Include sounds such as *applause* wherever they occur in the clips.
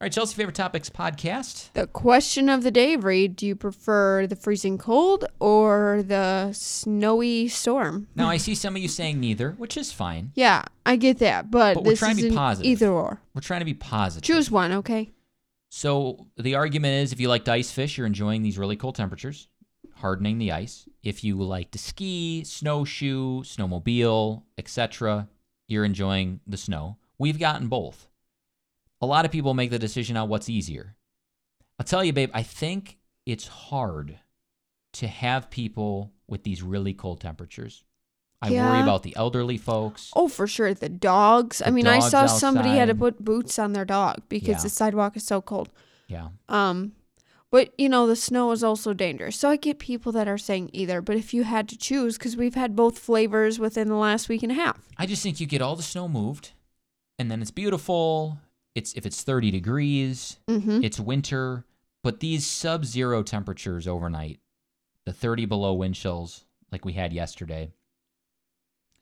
right, Chelsea Favorite Topics podcast. The question of the day, Reed, do you prefer the freezing cold or the snowy storm? Now, I see some of you saying neither, which is fine. Yeah, I get that, but, But we're this trying to be isn't positive. either or. We're trying to be positive. Choose one, okay? So the argument is if you liked ice fish, you're enjoying these really cold temperatures, hardening the ice. If you like to ski, snowshoe, snowmobile, etc., you're enjoying the snow. We've gotten both. A lot of people make the decision on what's easier. I'll tell you, babe, I think it's hard to have people with these really cold temperatures. I worry Yeah. about the elderly folks. Oh, for sure. The dogs. I The mean, I dogs saw somebody had to outside. put boots on their dog because Yeah. the sidewalk is so cold. Yeah. Um, but you know, the snow is also dangerous. So I get people that are saying either. But if you had to choose, because we've had both flavors within the last week and a half. I just think you get all the snow moved, and then it's beautiful. It's if it's 30 degrees, Mm-hmm. it's winter, but these sub-zero temperatures overnight, the 30 below wind chills like we had yesterday.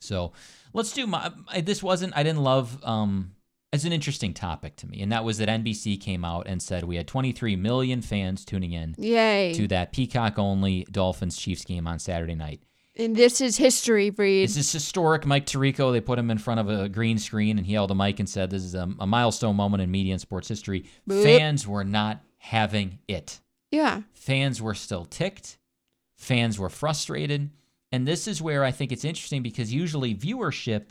So let's do my. I, this wasn't. I didn't love. Um, it's an interesting topic to me, and that was that NBC came out and said we had 23 million fans tuning in Yay! to that Peacock only Dolphins Chiefs game on Saturday night. and this is history, Breed. This is historic. Mike Tirico, they put him in front of a green screen and he held a mic and said, This is a, a milestone moment in media and sports history. Boop. Fans were not having it. yeah. Fans were still ticked. Fans were frustrated. And this is where I think it's interesting because usually viewership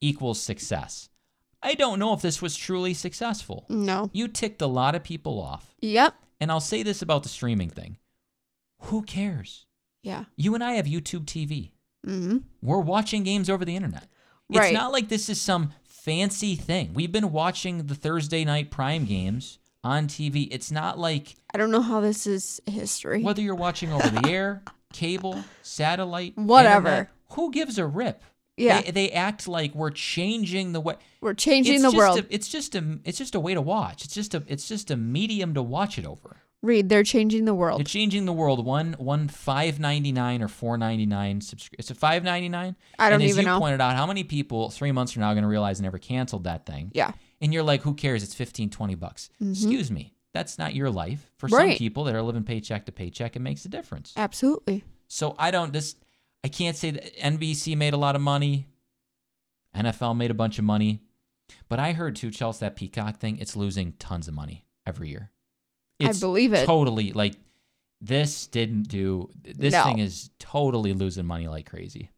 equals success. I don't know if this was truly successful. No. You ticked a lot of people off. Yep. And I'll say this about the streaming thing who cares? Yeah. You and I have YouTube TV Mm-hmm. we're watching games over the internet. It's Right. not like this is some fancy thing. We've been watching the Thursday night prime games on TV. It's not like I don't know how this is history. whether you're watching over the air, cable, satellite, *laughs* Whatever. internet, who gives a rip? Yeah. They, they act like we're changing the way We're changing it's the just world. A, it's just a it's just a way to watch. It's just a it's just a medium to watch it over. Reed, they're changing the world. They're changing the world. One one five ninety nine or four ninety nine subscription. It's a five ninety nine. I don't and as even you know. pointed out, how many people three months from now are going to realize they never canceled that thing? yeah. Mm-hmm. And you're like, who cares? It's 15, 20 bucks. Excuse me. That's not your life. For some Right. people that are living paycheck to paycheck, it makes a difference. Absolutely. So I don't this I can't say that NBC made a lot of money. NFL made a bunch of money. But I heard too, Chelsea, that Peacock thing, it's losing tons of money every year. I believe it. Totally like this didn't do this No. thing is totally losing money like crazy.